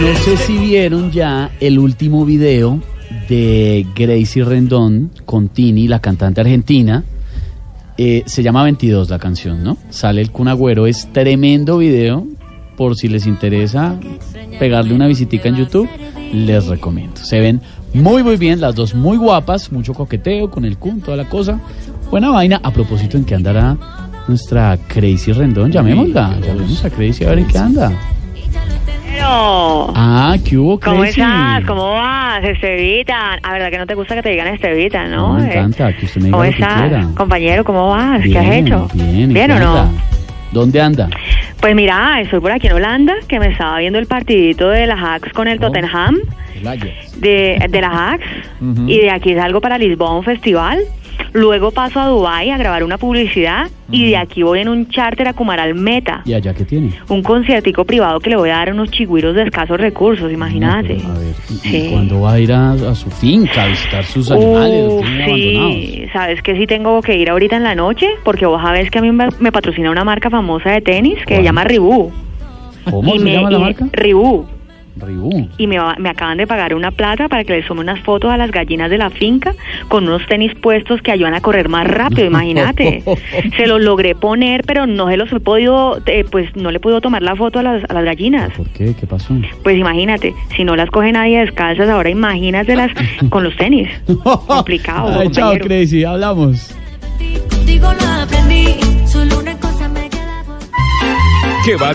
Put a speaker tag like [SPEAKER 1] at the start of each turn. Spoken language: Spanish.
[SPEAKER 1] No sé si vieron ya el último video de Gracie Rendón con Tini, la cantante argentina. Eh, se llama 22 la canción, ¿no? Sale el Cunagüero, es tremendo video. Por si les interesa pegarle una visitica en YouTube, les recomiendo. Se ven muy, muy bien, las dos muy guapas, mucho coqueteo con el Kun, toda la cosa. Buena vaina. A propósito, ¿en qué andará nuestra Crazy Rendón? Llamémosla, llamemos a Crazy a ver en qué anda.
[SPEAKER 2] Bueno,
[SPEAKER 1] Ah, ¿qué hubo, Crazy?
[SPEAKER 2] ¿Cómo estás? ¿Cómo vas, Estevita? A verdad que no te gusta que te digan Estevita,
[SPEAKER 1] No,
[SPEAKER 2] ¿no?
[SPEAKER 1] me
[SPEAKER 2] Eh,
[SPEAKER 1] encanta que usted me diga
[SPEAKER 2] ¿Cómo
[SPEAKER 1] lo que quiera.
[SPEAKER 2] estás, compañero? ¿Cómo vas? ¿Qué has
[SPEAKER 1] Bien,
[SPEAKER 2] hecho?
[SPEAKER 1] Bien, ¿y
[SPEAKER 2] o
[SPEAKER 1] qué
[SPEAKER 2] no?
[SPEAKER 1] anda? ¿Dónde anda?
[SPEAKER 2] Pues mira, estoy por aquí en Holanda, que me estaba viendo el partidito de las Ajax con el
[SPEAKER 1] Oh.
[SPEAKER 2] Tottenham,
[SPEAKER 1] El Ajax.
[SPEAKER 2] de, de las Ajax,
[SPEAKER 1] Ujú.
[SPEAKER 2] y de aquí salgo para Lisboa, un festival. Luego paso a Dubai a grabar una publicidad, y de aquí voy en un charter a Cumaral Meta.
[SPEAKER 1] ¿Y allá qué tiene?
[SPEAKER 2] Un conciertico privado que le voy a dar a unos chigüiros de escasos recursos, imagínate.
[SPEAKER 1] No, pero, a ver, ¿y- y
[SPEAKER 2] Sí.
[SPEAKER 1] cuándo va a ir a, a su finca a visitar sus animales? Los
[SPEAKER 2] Uf,
[SPEAKER 1] tiene abandonados.
[SPEAKER 2] sí, sabes que sí tengo que ir ahorita en la noche porque vos sabés que a mí me, me patrocina una marca famosa de tenis que
[SPEAKER 1] ¿Cuál?
[SPEAKER 2] se llama Ribú.
[SPEAKER 1] ¿Cómo
[SPEAKER 2] Y
[SPEAKER 1] se
[SPEAKER 2] me-
[SPEAKER 1] llama
[SPEAKER 2] y-
[SPEAKER 1] la marca?
[SPEAKER 2] Ribú.
[SPEAKER 1] Ribú.
[SPEAKER 2] Y me, va- me acaban de pagar una plata para que les tome unas fotos a las gallinas de la finca con unos tenis puestos que ayudan a correr más rápido, imagínate. se los logré poner, pero no se los he podido, eh, pues no le puedo tomar la foto a las, a las gallinas.
[SPEAKER 1] ¿Por qué? ¿Qué pasó?
[SPEAKER 2] Pues imagínate, si no las coge nadie descalzas, ahora imagínatelas con los tenis. Complicado.
[SPEAKER 1] Ay, chao,
[SPEAKER 2] compañero.
[SPEAKER 1] Crazy. Hablamos.
[SPEAKER 3] Digo, no aprendí, solo una cosa me queda por
[SPEAKER 4] ¿Qué va?